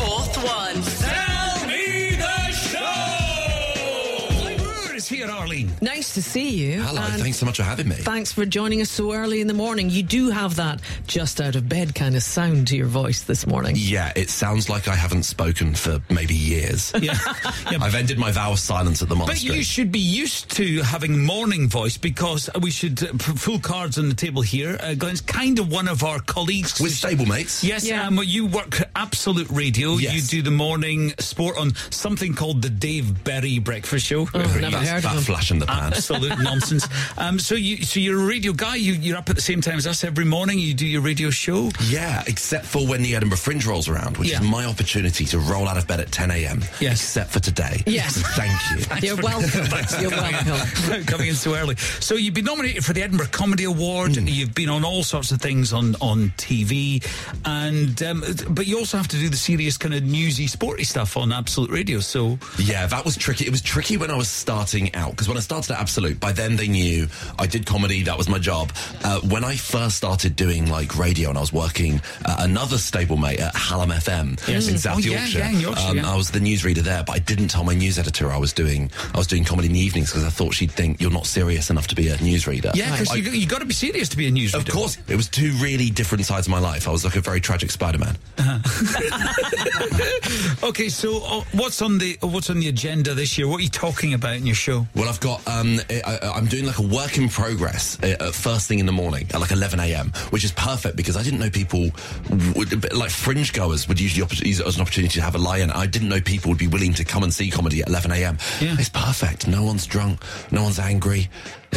one. Tell me the show. Brewer is here, Arlene. Nice to see you. Hello, and thanks so much for having me. Thanks for joining us so early in the morning. You do have that just out of bed kind of sound to your voice this morning. Yeah, it sounds like I haven't spoken for maybe years. Yeah. yeah I've ended my vow of silence at the But monastery. you should be used to having morning voice because we should uh, p- full cards on the table here. Uh, Glenn's kind of one of our colleagues. With stablemates. Yes, Yeah. um, you work Absolute Radio. Yes. You do the morning sport on something called the Dave Berry Breakfast Show. I've Oh, never That's- heard of that them. flash in the pan. Absolute nonsense. Um, so you, so you're a radio guy. You, you're up at the same time as us every morning. You do your radio show. Yeah, except for when the Edinburgh Fringe rolls around, which Yeah. is my opportunity to roll out of bed at 10 a.m. Yes. Except for today. Yes. Thank you. You're welcome. You're welcome. coming in so early. So you've been nominated for the Edinburgh Comedy Award. You've been on all sorts of things on on TV, and um, but you also have to do the serious kind of newsy, sporty stuff on Absolute Radio. So Yeah, that was tricky. It was tricky when I was starting out because when I started at Absolute, by then they knew I did comedy. That was my job. Uh, when I first started doing like radio and I was working uh, another stablemate at Hallam FM in South Oh, yeah, Yorkshire, um, yeah, in Yorkshire, yeah. I was the newsreader there, but I didn't tell my news editor I was doing I was doing comedy in the evenings because I thought she'd think you're not serious enough to be a newsreader. yeah, because I- you you got to be serious to be a newsreader. Of course, it was two really different sides of my life. I was like a very tragic Spider-Man. Okay, so uh, what's on the what's on the agenda this year? What are you talking about in your show? Well, I've got um, I, I- I'm doing like a work in progress uh, uh, first thing in the morning at like 11 a.m., which is perfect because I didn't know people would like fringe goers would usually oppor- use it as an opportunity to have a lie-in. I didn't know people would be willing to come and see comedy at 11 a.m. Yeah. It's perfect. No one's drunk. No one's angry.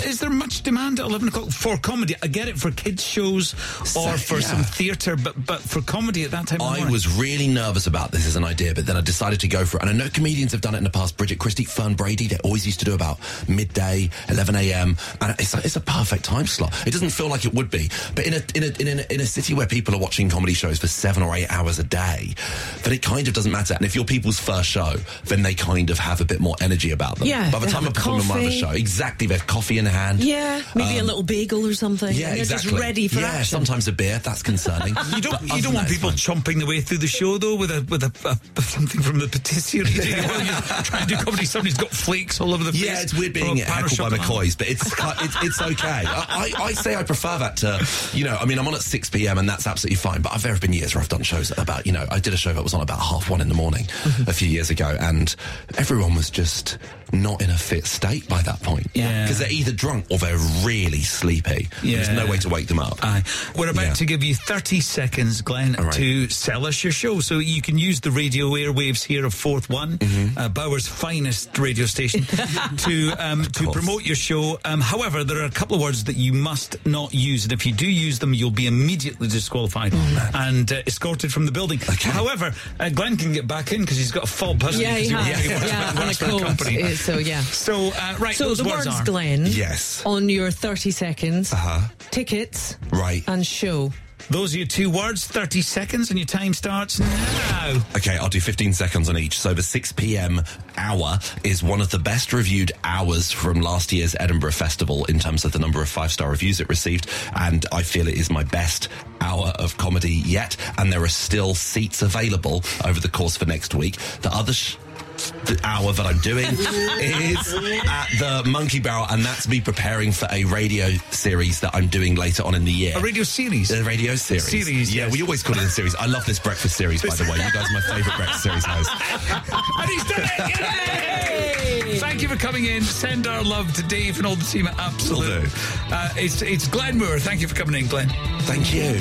Is there much demand at eleven o'clock for comedy? I get it for kids shows or So- for yeah. some theatre, but but for comedy at that time, of the I morning? was really nervous about this as an idea, but then I decided to go for it. And I know comedians have done it in the past. Bridget Christie, Fern Brady, they always used to do about midday, 11 a.m. And it's like, it's a perfect time slot. It doesn't feel like it would be. But in a, in a, in a, in a city where people are watching comedy shows for seven or eight hours a day, then it kind of doesn't matter. And if you're people's first show, then they kind of have a bit more energy about them. Yeah, By the they time have a a performer might have a coffee. show, exactly, they have coffee in hand. Yeah, maybe a Um, little bagel or something. Yeah, and they're exactly. just ready for yeah, action. sometimes a beer. That's concerning. You don't. But You other don't than want that, it's people fine. chomping their way through the show though with a with a, a- something from the patisserie. do you? While you're trying to do comedy, somebody's got flakes all over the Yeah, place. it's weird from being a heckled by Parashop McCoys, but it's ki- it's, it's okay. I, I, I say I prefer that to, you know, I mean, I'm on at 6 p.m. and that's absolutely fine, but I've, there have been years where I've done shows at about, you know, I did a show that was on about half one in the morning Mm-hmm. a few years ago, and everyone was just not in a fit state by that point. Yeah. Because they're either drunk or they're really sleepy. There's no Yeah. Uh, way to wake them up. Aye. We're about Yeah. to give you 30 seconds, Glenn, All right. to sell us your show. So you can use the radio airwaves here of Fourth One, Mm-hmm. uh, Bower's finest radio station, to um, to course. promote your show. Um, however, there are a couple of words that you must not use, and if you do use them, you'll be immediately disqualified Oh, and uh, escorted from the building. However, uh, Glenn can get back in because he's got a fob, hasn't yeah, he? he 'Cause has. he works- Yeah, and a works for the cold. company. Uh, So, yeah. So, uh, right, So those the words words, are. Glenn, Yes. on your 30 seconds, Uh-huh. tickets, Right. and show. Those are your two words, 30 seconds, and your time starts now. Okay, I'll do 15 seconds on each. So the 6 p.m. hour is one of the best reviewed hours from last year's Edinburgh Festival in terms of the number of five star reviews it received. And I feel it is my best hour of comedy yet. And there are still seats available over the course for next week. The other. Sh- the hour that I'm doing is at the Monkey Barrel, and that's me preparing for a radio series that I'm doing later on in the year. A radio series. The radio series. Series, Yeah, yes. we always call it a series. I love this breakfast series, by the way. You guys are my favourite breakfast series host. And he's done it! Yay! Thank you for coming in. Send our love to Dave and all the team at Will Absolute. do. Uh, it's, it's Glenn Moore. Thank you for coming in, Glenn. Thank you.